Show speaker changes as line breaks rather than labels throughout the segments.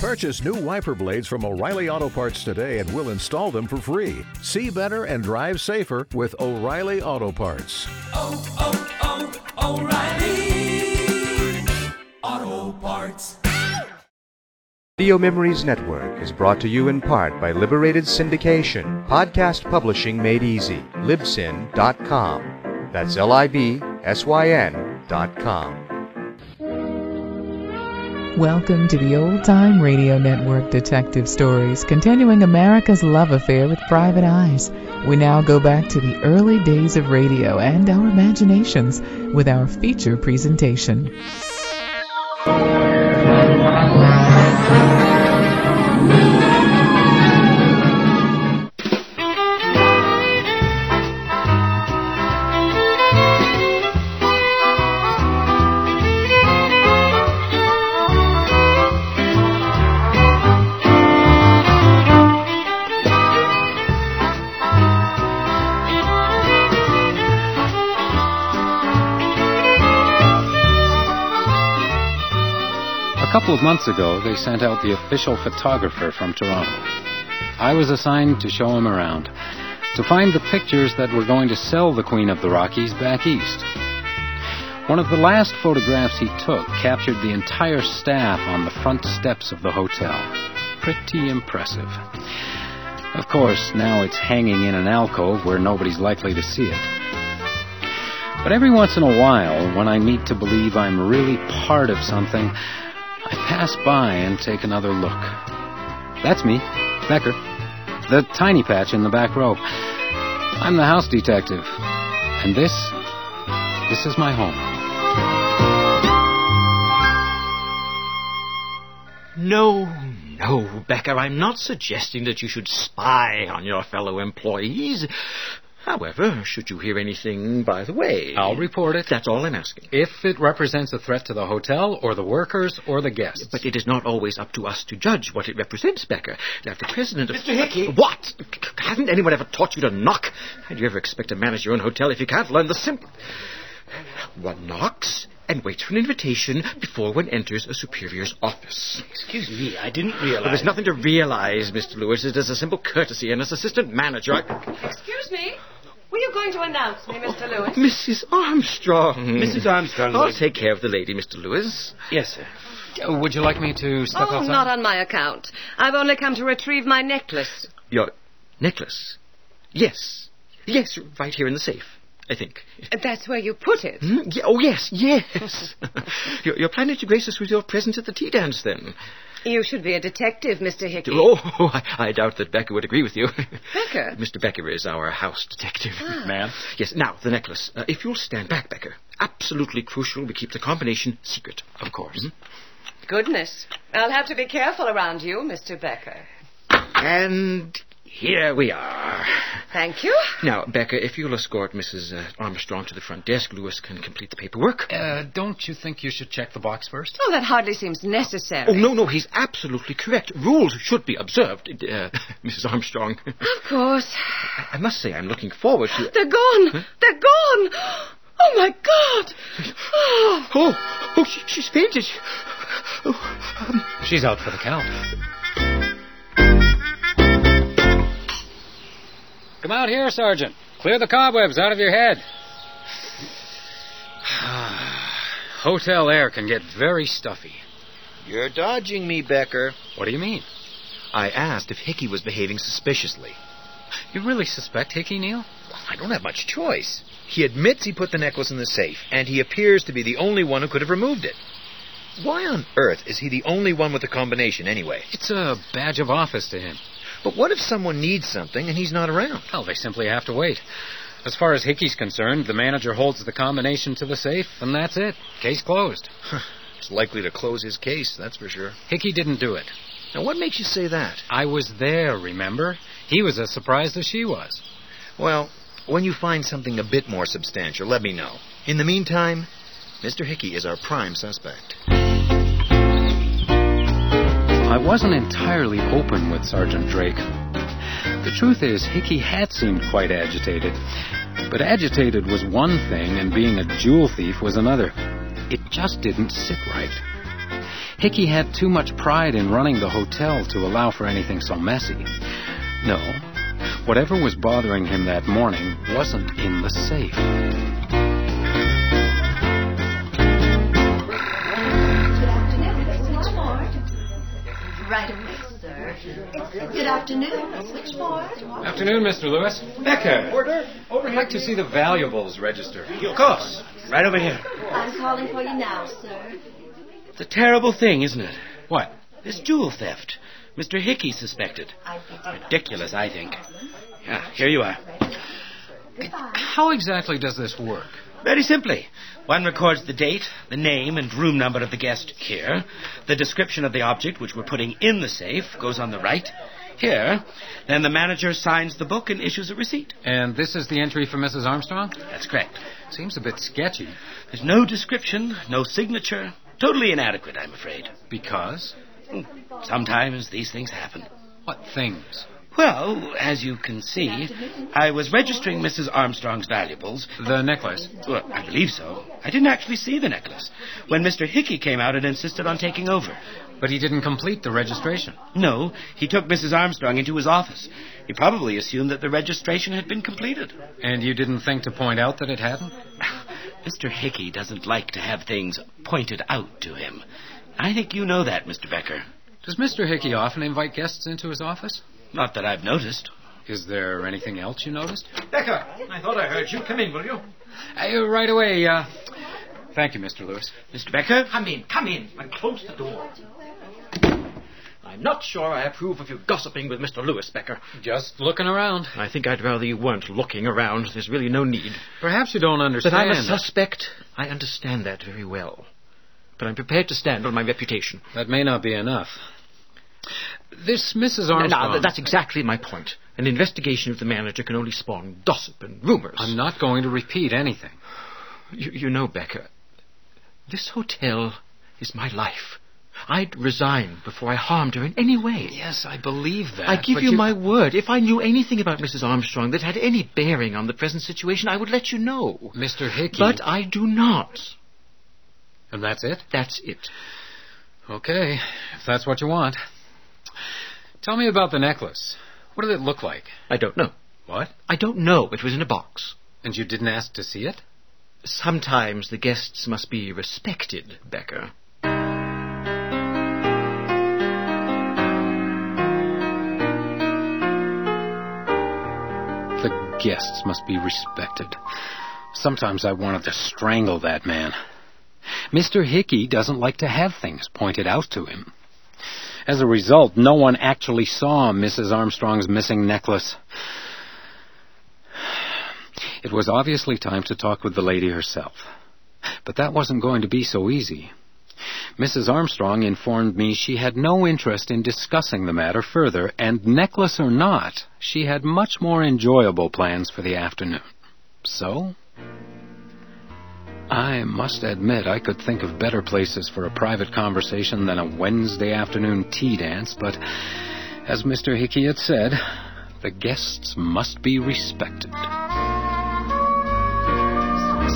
Purchase new wiper blades from O'Reilly Auto Parts today and we'll install them for free. See better and drive safer with O'Reilly Auto Parts.
oh, oh, O'Reilly Auto Parts.
Video Memories Network is brought to you in part by Liberated Syndication, podcast publishing made easy. Libsyn.com. That's L I B S Y N.com.
Welcome to the Old Time Radio Network Detective Stories, continuing America's love affair with private eyes. We now go back to the early days of radio and our imaginations with our feature presentation.
A couple of months ago, they sent out the official photographer from Toronto. I was assigned to show him around, to find the pictures that were going to sell the Queen of the Rockies back east. One of the last photographs he took captured the entire staff on the front steps of the hotel. Pretty impressive. Of course, now it's hanging in an alcove where nobody's likely to see it. But every once in a while, when I need to believe I'm really part of something, I pass by and take another look. That's me, Becker. The tiny patch in the back row. I'm the house detective. And this, this is my home.
No, no, Becker, I'm not suggesting that you should spy on your fellow employees. However, should you hear anything by the way,
I'll report it
that's all I'm asking.
if it represents a threat to the hotel or the workers or the guests.
But it is not always up to us to judge what it represents, Becker. That the president of
Mr. Hickey!
What? C- c- Hasn't anyone ever taught you to knock? How do you ever expect to manage your own hotel if you can't learn the simple? One knocks and waits for an invitation before one enters a superior's office.
Excuse me, I didn't
Well,
realize.
there's nothing to realize, Mr. Lewis. It is a simple courtesy, and as assistant manager, I...
Excuse me. Were you going to announce me, Mr. Lewis?
Mrs. Armstrong.
Mrs. Armstrong,
Hmm. I'll
lady.
take care of the lady, Mr. Lewis.
Yes, sir.
Would you like me to step
Oh, not on my account. I've only come to retrieve my necklace.
Your necklace. Yes, yes, right here in the safe. I think.
That's where you put it.
Hmm? Ye- Oh yes, yes. you're, you're planning to grace us with your presence at the tea dance, then?
You should be a detective, Mr. Hickey.
Oh, I, I doubt that Becker would agree with you.
Becker?
Mr. Becker Ah. is our house detective.
Ma'am?
Yes. Now the necklace. Uh, if you'll stand back, Becker. Absolutely crucial. We keep the combination secret.
Of course.
Mm-hmm.
Goodness. I'll have to be careful around you, Mr. Becker.
And here we are.
Thank you.
Now, Becca, if you'll escort Mrs. Uh, Armstrong to the front desk, Lewis can complete the paperwork.
Uh, don't you think you should check the box first?
Oh, that hardly seems necessary.
Oh, no, no, he's absolutely correct. Rules should be observed, uh, Mrs. Armstrong.
Of course.
I I must say, I'm looking forward to.
They're gone. They're gone. Oh, my God. Oh.
Oh, oh, she, she's fainted. Oh, um,
She's out for the count. Come out here, Sergeant. Clear the cobwebs out of your head. Hotel air can get very stuffy.
You're dodging me, Becker.
What do you mean?
I asked if Hickey was behaving suspiciously.
You really suspect Hickey, Neil?
I don't have much choice. He admits he put the necklace in the safe, and he appears to be the only one who could have removed it. Why on earth is he the only one with the combination, anyway?
It's a badge of office to him.
But what if someone needs something and he's not around?
Well, they simply have to wait. As far as Hickey's concerned, the manager holds the combination to the safe, and that's it. Case closed.
It's likely to close his case, that's for sure.
Hickey didn't do it.
Now, what makes you say that?
I was there, remember? He was as surprised as she was.
Well, when you find something a bit more substantial, let me know. In the meantime, Mr. Hickey is our prime suspect.
I wasn't entirely open with Sergeant Drake. The truth is, Hickey had seemed quite agitated. But agitated was one thing, and being a jewel thief was another. It just didn't sit right. Hickey had too much pride in running the hotel to allow for anything so messy. No, whatever was bothering him that morning wasn't in the safe.
Right away, sir. Good afternoon, switchboard.
Afternoon, Mr. Lewis. Becker, order. Over here to see the valuables register.
Of course. Right over here.
I'm calling for you now, sir.
It's a terrible thing, isn't it?
What?
This jewel theft. Mr. Hickey suspected. Ridiculous, I think. Yeah, here you are.
How exactly does this work?
Very simply. One records the date, the name, and room number of the guest here. The description of the object which we're putting in the safe goes on the right here. Then the manager signs the book and issues a receipt.
And this is the entry for Mrs. Armstrong?
That's correct.
Seems a bit sketchy.
There's no description, no signature. Totally inadequate, I'm afraid. Hmm.
Because?
Sometimes these things happen.
What things?
Well, as you can see, I was registering Mrs. Armstrong's valuables.
The necklace?
Well, I believe so. I didn't actually see the necklace when Mr. Hickey came out and insisted on taking over.
But he didn't complete the registration.
No, he took Mrs. Armstrong into his office. He probably assumed that the registration had been completed.
And you didn't think to point out that it hadn't?
Mr. Hickey doesn't like to have things pointed out to him. I think you know that, Mr. Becker.
Does Mr. Hickey often invite guests into his office?
Not that I've noticed.
Is there anything else you noticed?
Becker, I thought I heard you. Come in, will you?
Uh, right away, uh. Thank you, Mr. Lewis.
Mr. Becker?
Come in, come in, and close the door.
I'm not sure I approve of you gossiping with Mr. Lewis, Becker.
Just looking around.
I think I'd rather you weren't looking around. There's really no need.
Perhaps you don't
That
understand.
I'm a suspect, I understand that very well. But I'm prepared to stand on my reputation.
That may not be enough. This Mrs.
No,
Armstrong.
that's exactly my point. An investigation of the manager can only spawn gossip and rumors.
I'm not going to repeat anything.
You, you know, Becker, this hotel is my life. I'd resign before I harmed her in any way.
Yes, I believe that.
I give
Uh, but
you, my word, if I knew anything about Mrs. Armstrong that had any bearing on the present situation, I would let you know.
Mr. Hickey.
But I do not.
And that's it?
That's it.
Okay, if that's what you want. Tell me about the necklace. What did it look like?
I don't know.
What?
I don't know. It was in a box.
And you didn't ask to see it?
Sometimes the guests must be respected, Becker.
The guests must be respected. Sometimes I wanted to strangle that man. Mr. Hickey doesn't like to have things pointed out to him. As a result, no one actually saw Mrs. Armstrong's missing necklace. It was obviously time to talk with the lady herself. But that wasn't going to be so easy. Mrs. Armstrong informed me she had no interest in discussing the matter further, and necklace or not, she had much more enjoyable plans for the afternoon. So? I must admit I could think of better places for a private conversation than a Wednesday afternoon tea dance, but as Mr. Hickey had said, the guests must be respected.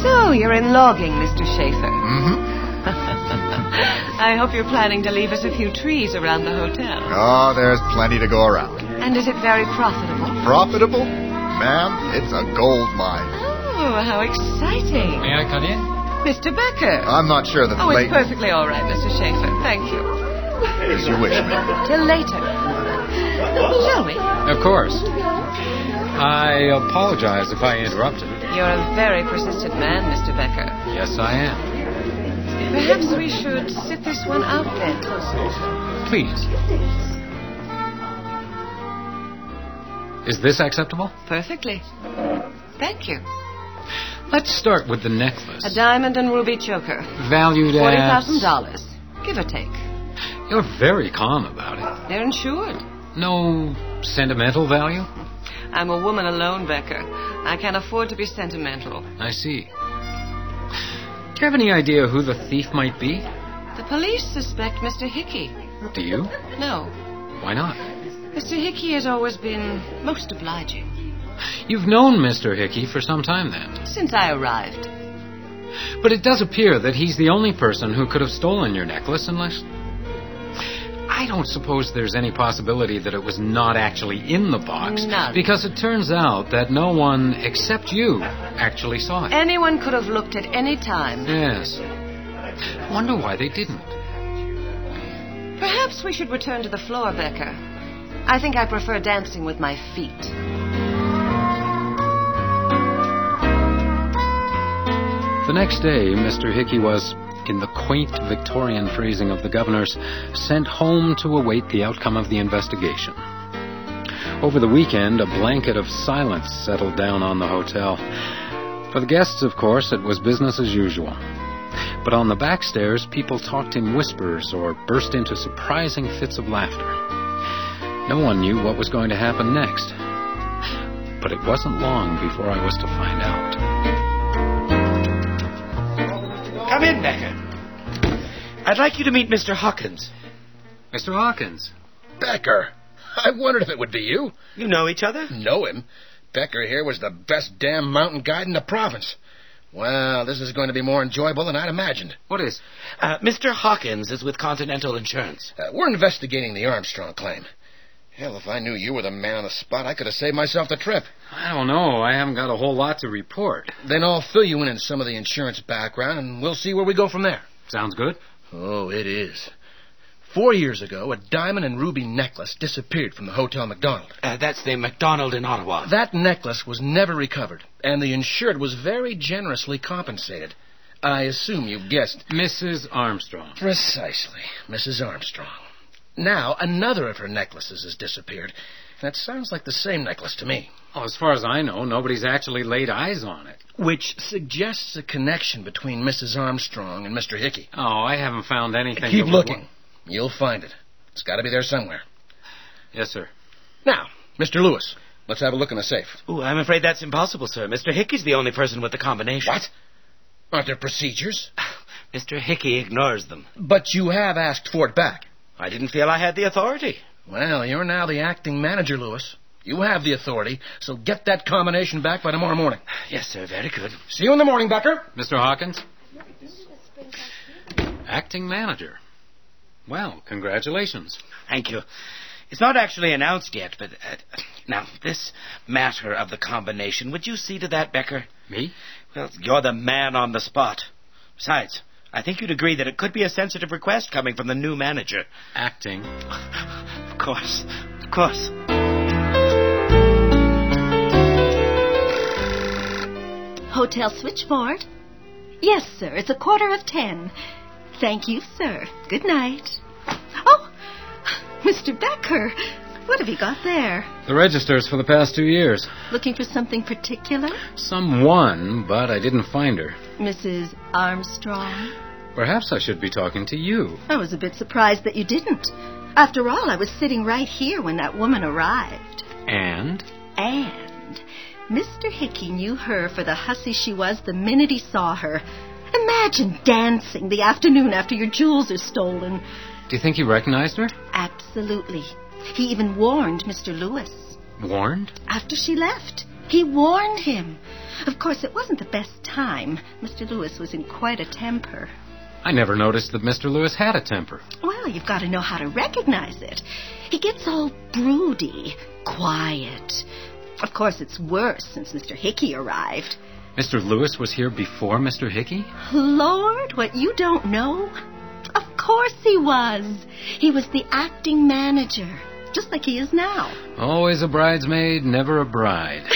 So you're in logging, Mr. Schaefer.
Mm-hmm.
I hope you're planning to leave us a few trees around the hotel.
Oh, there's plenty to go around.
And is it very profitable?
Profitable? Ma'am, it's a gold mine.
Oh, how exciting.
May I cut in?
Mr. Becker.
Uh,
I'm not sure that
oh,
late
it's perfectly all right, Mr. Schaefer. Thank you.
as you wish, ma'am.
Till later. Shall we?
Of course. I apologize if I interrupted.
You're a very persistent man, Mr. Becker.
Yes, I am.
Perhaps we should sit this one out then.
Please. Is this acceptable?
Perfectly. Thank you.
Let's start with the necklace.
A diamond and ruby choker.
Valued
Forty
at.
thousand dollars, give or take.
You're very calm about
They're insured.
it. No sentimental value?
I'm a woman alone, Becker. I can't afford to be sentimental.
I see. Do you have any idea who the thief might be?
The police suspect Mr. Hickey.
Do you?
No,
Why not?
Mr. Hickey has always been most obliging
You've known Mr. Hickey for some time then.
since I arrived.
But it does appear that he's the only person who could have stolen your necklace unless. I don't suppose there's any possibility that it was not actually in the box.
None.
Because it turns out that no one except you actually saw it.
Anyone could have looked at any time.
Yes. Wonder why they didn't.
Perhaps we should return to the floor, Becker. I think I prefer dancing with my feet.
The next day, Mr. Hickey was, in the quaint Victorian phrasing of the governor's, sent home to await the outcome of the investigation. Over the weekend, a blanket of silence settled down on the hotel. For the guests, of course, it was business as usual. But on the back stairs, people talked in whispers or burst into surprising fits of laughter. No one knew what was going to happen next. But it wasn't long before I was to find out.
Come in, Becker. I'd like you to meet Mr. Hawkins.
Mr. Hawkins?
Becker. I wondered if it would be you.
You know each other?
Know him. Becker here was the best damn mountain guide in the province. Well, this is going to be more enjoyable than I'd imagined.
What is?
Uh, Mr. Hawkins is with Continental Insurance.
Uh, we're investigating the Armstrong claim. Hell, if I knew you were the man on the spot, I could have saved myself the trip.
I don't know. I haven't got a whole lot to report.
Then I'll fill you in on some of the insurance background, and we'll see where we go from there.
Sounds good.
Oh, it is. Four years ago, a diamond and ruby necklace disappeared from the Hotel McDonald.
Uh, that's the McDonald in Ottawa.
That necklace was never recovered, and the insured was very generously compensated. I assume you guessed.
Mrs. Armstrong.
Precisely, Mrs. Armstrong. Now, another of her necklaces has disappeared. That sounds like the same necklace to me.
Oh, as far as I know, nobody's actually laid eyes on it.
Which suggests a connection between Mrs. Armstrong and Mr. Hickey.
Oh, I haven't found anything. that
Keep
would-
looking. You'll find it. It's got to be there somewhere.
Yes, sir.
Now, Mr. Lewis, let's have a look in the safe.
Ooh, I'm afraid that's impossible, sir. Mr. Hickey's the only person with the combination.
What? Aren't there procedures?
Mr. Hickey ignores them.
But you have asked for it back.
I didn't feel I had the authority.
Well, you're now the acting manager, Lewis. You have the authority, so get that combination back by tomorrow morning.
Yes, sir. Very good.
See you in the morning, Becker.
Mr. Hawkins? Acting manager. Well, congratulations.
Thank you. It's not actually announced yet, but uh, now this matter of the combination, would you see to that, Becker?
Me?
Well, you're the man on the spot. Besides, I think you'd agree that it could be a sensitive request coming from the new manager.
Acting.
of course, of course.
Hotel switchboard? Yes, sir. It's a quarter of ten. Thank you, sir. Good night. Oh, Mr. Becker. What have you got there?
The registers for the past two years.
Looking for something particular?
Someone, but I didn't find her.
Mrs. Armstrong?
Perhaps I should be talking to you.
I was a bit surprised that you didn't. After all, I was sitting right here when that woman arrived.
And?
And Mr. Hickey knew her for the hussy she was the minute he saw her. Imagine dancing the afternoon after your jewels are stolen.
Do you think you recognized her?
Absolutely. He even warned Mr. Lewis.
Warned?
After she left, he warned him. Of course, it wasn't the best time. Mr. Lewis was in quite a temper.
I never noticed that Mr. Lewis had a temper.
Well, you've got to know how to recognize it. He gets all broody, quiet. Of course, it's worse since Mr. Hickey arrived.
Mr. Lewis was here before Mr. Hickey?
Lord, what you don't know? Of course he was. He was the acting manager, just like he is now.
Always a bridesmaid, never a bride.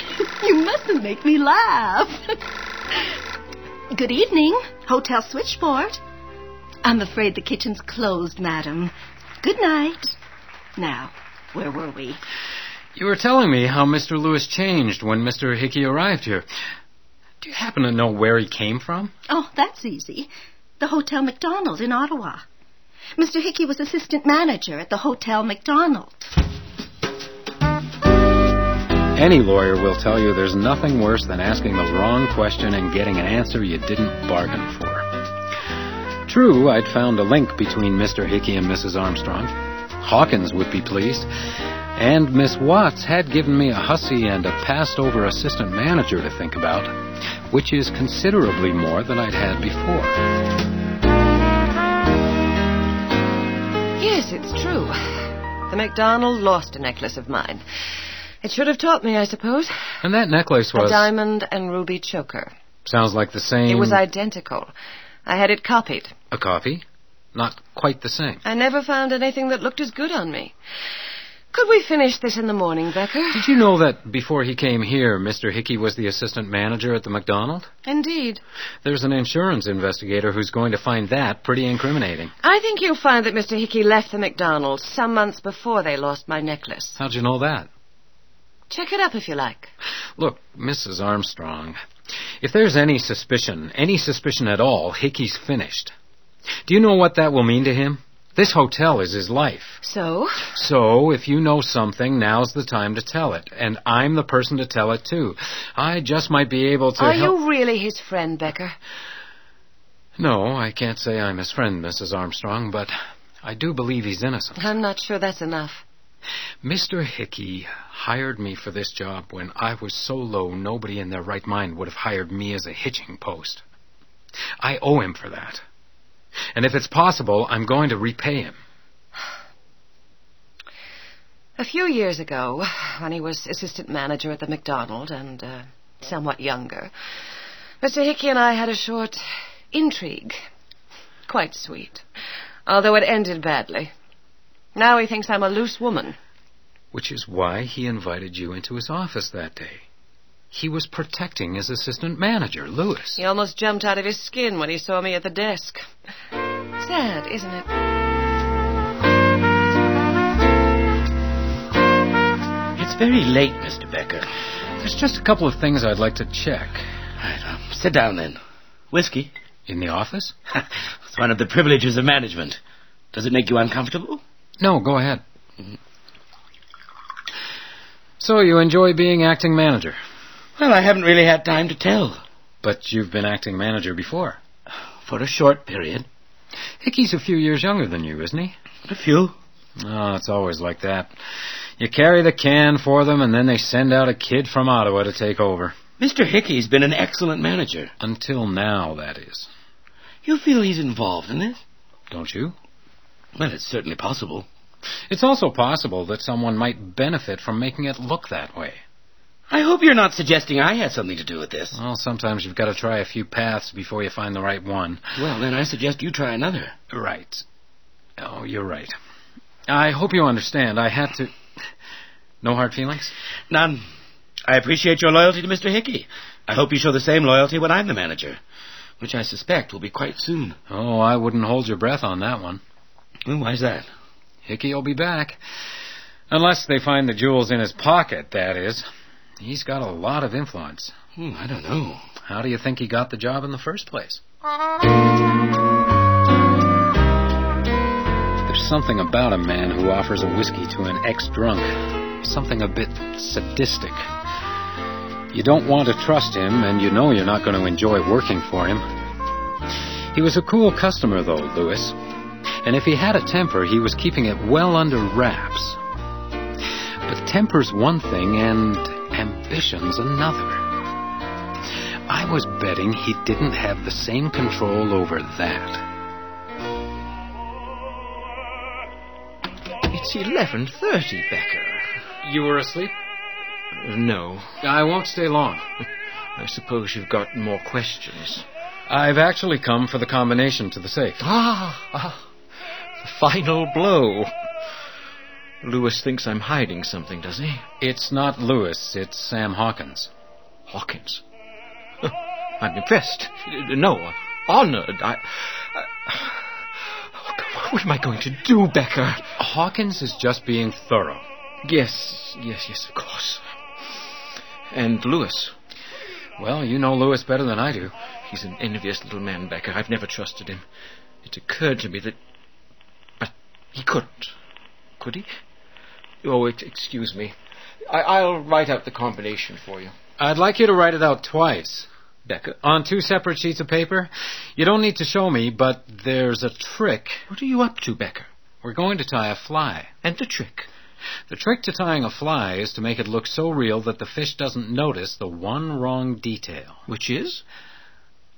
You mustn't make me laugh. Good evening, Hotel Switchboard. I'm afraid the kitchen's closed, madam. Good night. Now, where were we?
You were telling me how Mr. Lewis changed when Mr. Hickey arrived here. Do you happen to know where he came from?
Oh, that's easy. The Hotel McDonald in Ottawa. Mr. Hickey was assistant manager at the Hotel McDonald.
Any lawyer will tell you there's nothing worse than asking the wrong question and getting an answer you didn't bargain for. True, I'd found a link between Mr. Hickey and Mrs. Armstrong. Hawkins would be pleased. And Miss Watts had given me a hussy and a passed over assistant manager to think about, which is considerably more than I'd had before.
Yes,
Yes, it's true. The MacDonald lost a necklace of mine. It should have taught me, I suppose.
And that necklace
A
was.
diamond and ruby choker.
Sounds like the same.
It was identical. I had it copied.
A copy? Not quite the same.
I never found anything that looked as good on me. Could we finish this in the morning, Becker?
Did you know that before he came here, Mr. Hickey was the assistant manager at the McDonald?
Indeed.
There's an insurance investigator who's going to find that pretty incriminating.
I think you'll find that Mr. Hickey left the McDonald's some months before they lost my necklace.
How'd you know that?
Check it up if you like.
Look, Mrs. Armstrong, if there's any suspicion, any suspicion at all, Hickey's finished. Do you know what that will mean to him? This hotel is his life.
So?
So, if you know something, now's the time to tell it. And I'm the person to tell it to. I just might be able to
Are
help.
you really his friend, Becker?
No, I can't say I'm his friend, Mrs. Armstrong, but I do believe he's innocent.
I'm not sure that's enough.
Mr. Hickey hired me for this job when I was so low nobody in their right mind would have hired me as a hitching post. I owe him for that. And if it's possible, I'm going to repay him.
A few years ago, when he was assistant manager at the McDonald and uh, somewhat younger, Mr. Hickey and I had a short intrigue. Quite sweet, although it ended badly. Now he thinks I'm a loose woman.
Which is why he invited you into his office that day. He was protecting his assistant manager, Lewis.
He almost jumped out of his skin when he saw me at the desk. Sad, isn't it?
It's very late, Mr. Becker.
There's just a couple of things I'd like to check.
Um, Sit down then. Whiskey?
In the office?
it's one of the privileges of management. Does it make you uncomfortable?
No, go ahead. So you enjoy being acting manager?
Well, I haven't really had time to tell.
But you've been acting manager before.
For a short period.
Hickey's a few years younger than you, isn't he?
A few.
Oh, it's always like that. You carry the can for them, and then they send out a kid from Ottawa to take over.
Mr. Hickey's been an excellent manager.
Until now, that is.
You feel he's involved in this?
Don't you?
Well, it's certainly possible.
It's also possible that someone might benefit from making it look that way.
I hope you're not suggesting I had something to do with this.
Well, sometimes you've got to try a few paths before you find the right one.
Oh, Well, then I suggest you try another.
Right. Oh, you're right. I hope you understand. I had to. No hard feelings?
None. I appreciate your loyalty to Mr. Hickey. I hope you show the same loyalty when I'm the manager, which I suspect will be quite soon.
Oh, I wouldn't hold your breath on that one.
Well, why's that?
Hickey will be back. Unless they find the jewels in his pocket, that is. He's got a lot of influence.
Hmm, I don't know.
How do you think he got the job in the first place? There's something about a man who offers a whiskey to an ex drunk. Something a bit sadistic. You don't want to trust him, and you know you're not going to enjoy working for him. He was a cool customer, though, Lewis. And if he had a temper, he was keeping it well under wraps. But temper's one thing, and ambition's another. I was betting he didn't have the same control over that.
It's 11.30, Becker.
You were asleep?
No.
I won't stay long.
I suppose you've got more questions.
I've actually come for the combination to the safe.
Ah, ah. The final blow. Lewis thinks I'm hiding something, does he?
It's not Lewis, it's Sam Hawkins.
Hawkins. Huh, I'm impressed. No, honored. I. I Oh, God, what am I going to do, Becker?
Hawkins is just being thorough.
Yes, yes, yes, of course. And Lewis. Oh,
Well, you know Lewis better than I do.
He's an envious little man, Becker. I've never trusted him. It occurred to me that. But he couldn't. Could he? Oh, ex- excuse me. I- I'll write out the combination for you.
I'd like you to write it out twice.
Becker.
On two separate sheets of paper. You don't need to show me, but there's a trick.
What are you up to, Becker?
We're going to tie a fly.
And the trick.
The trick to tying a fly is to make it look so real that the fish doesn't notice the one wrong detail.
Which is?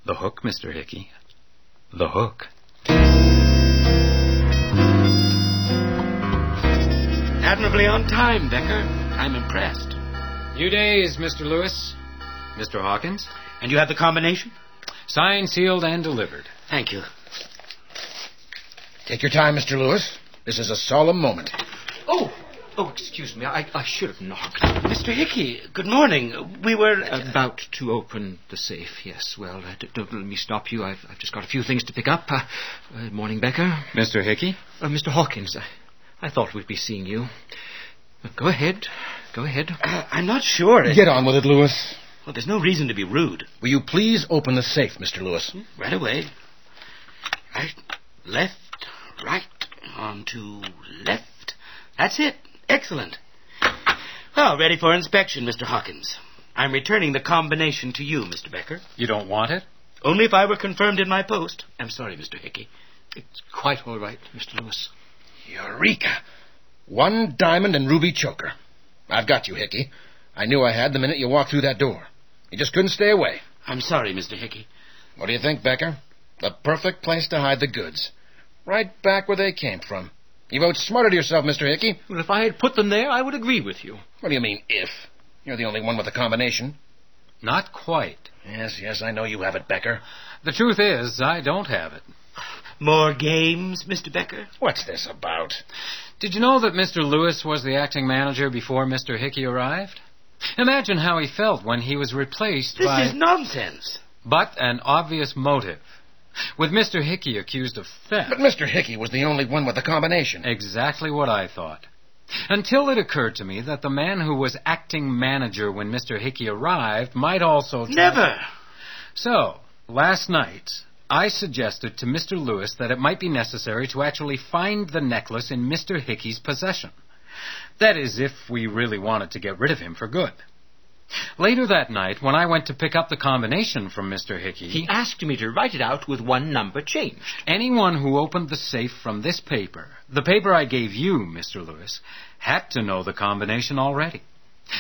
The hook, Mr. Hickey. The hook.
Admirably on time, Becker. I'm impressed.
New days, Mr. Lewis. Mr. Hawkins.
And you have the combination?
Signed, sealed, and delivered.
Thank you.
Take your time, Mr. Lewis. This is a solemn moment.
Oh, oh, excuse me. I, I should have knocked.
Mr. Hickey, good morning. We were
about to open the safe. Yes. Well, uh, d- don't let me stop you. I've, I've just got a few things to pick up. Uh, uh, morning, Becker.
Mr. Hickey?
Uh, Mr. Hawkins, I, I thought we'd be seeing you. Uh, Go ahead. Go ahead.
Uh, I'm not sure.
Get on with it, Lewis.
Well, there's no reason to be rude. Hmm,
Will you please open the safe, Mr. Lewis?
Right away. Right, left, right, on to left. That's it. Excellent. Well, ready for inspection, Mr. Hawkins. I'm returning the combination to you, Mr. Becker.
You don't want it?
Only if I were confirmed in my post. I'm sorry, Mr. Hickey.
It's quite all right, Mr. Lewis.
Eureka! One diamond and ruby choker. I've got you, Hickey. I knew I had the minute you walked through that door. You just couldn't stay away.
I'm sorry, Mr. Hickey.
What do you think, Becker? The perfect place to hide the goods. Right back where they came from. You've outsmarted yourself, Mr. Hickey.
Well, if I had put them there, I would agree with you.
What do you mean, if? You're the only one with a combination.
Not quite.
Yes, yes, I know you have it, Becker.
The truth is, I don't have it.
More games, Mr. Becker?
What's this about?
Did you know that Mr. Lewis was the acting manager before Mr. Hickey arrived? Imagine how he felt when he was replaced
This
by.
is nonsense.
But an obvious motive. With Mr. Hickey accused of theft.
But Mr. Hickey was the only one with a combination.
Exactly what I thought. Until it occurred to me that the man who was acting manager when Mr. Hickey arrived might also. try-
Never.
So, last night, I suggested to Mr. Lewis that it might be necessary to actually find the necklace in Mr. Hickey's possession. That is, if we really wanted to get rid of him for good. Later that night, when I went to pick up the combination from Mr. Hickey,
He asked me to write it out with one number changed.
anyone who opened the safe from this paper, the paper I gave you, Mr. Lewis, had to know the combination already.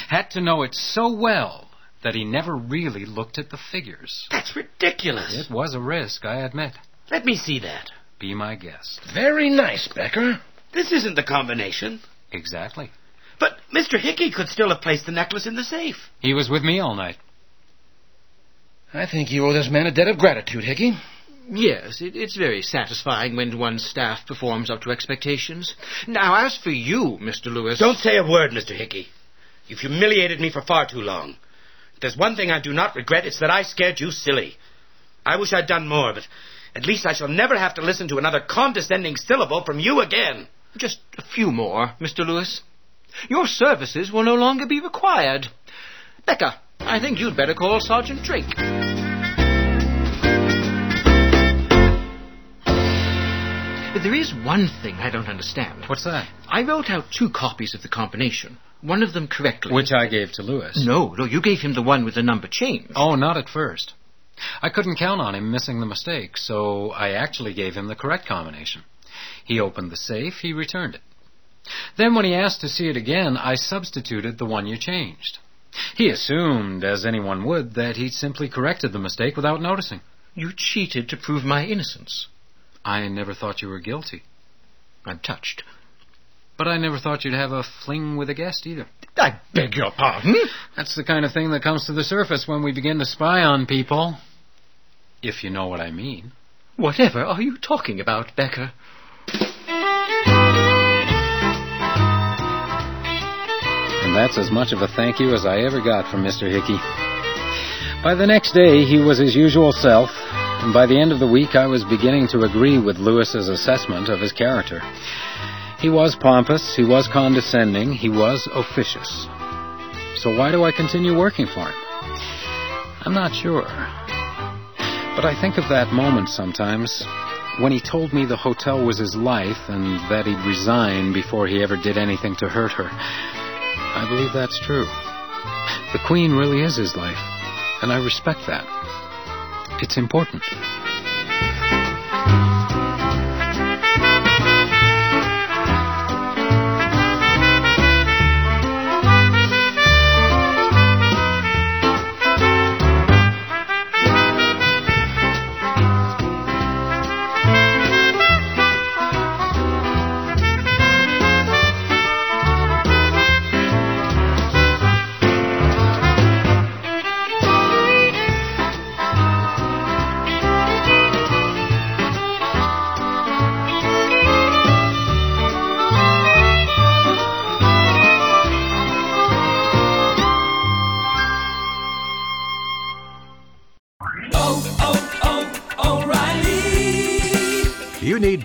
Had to know it so well that he never really looked at the figures.
That's ridiculous.
It was a risk, I admit.
Let me see that.
Be my guest.
Very nice, Becker.
This isn't the combination.
Exactly.
But Mr. Hickey could still have placed the necklace in the safe.
He was with me all night.
I think you owe this man a debt of gratitude, Hickey.
Yes, it, it's very satisfying when one's staff performs up to expectations. Now, as for you, Mr. Lewis.
Don't say a word, Mr. Hickey. You've humiliated me for far too long. If there's one thing I do not regret, it's that I scared you silly. I wish I'd done more, but at least I shall never have to listen to another condescending syllable from you again.
Just a few more, Mr. Lewis. Your services will no longer be required. Becca, I think you'd better call Sergeant Drake. There is one thing I don't understand.
What's that?
I wrote out two copies of the combination, one of them correctly.
Which I gave to Lewis.
No, no, you gave him the one with the number changed.
Oh, not at first. I couldn't count on him missing the mistake, so I actually gave him the correct combination. He opened the safe, he returned it. Then, when he asked to see it again, I substituted the one you changed. He assumed, as anyone would, that he'd simply corrected the mistake without noticing.
You cheated to prove my innocence.
I never thought you were guilty,
I'm touched.
but I never thought you'd have a fling with a guest either.
I beg your pardon?
That's the kind of thing that comes to the surface when we begin to spy on people. If you know what I mean.
Whatever are you talking about, Becker?
And that's as much of a thank you as I ever got from Mr. Hickey. By the next day, he was his usual self, and by the end of the week, I was beginning to agree with Lewis's assessment of his character. He was pompous, he was condescending, he was officious. So why do I continue working for him? I'm not sure. But I think of that moment sometimes when he told me the hotel was his life and that he'd resign before he ever did anything to hurt her. I believe that's true. The Queen really is his life, and I respect that. It's important.
Oh,
You need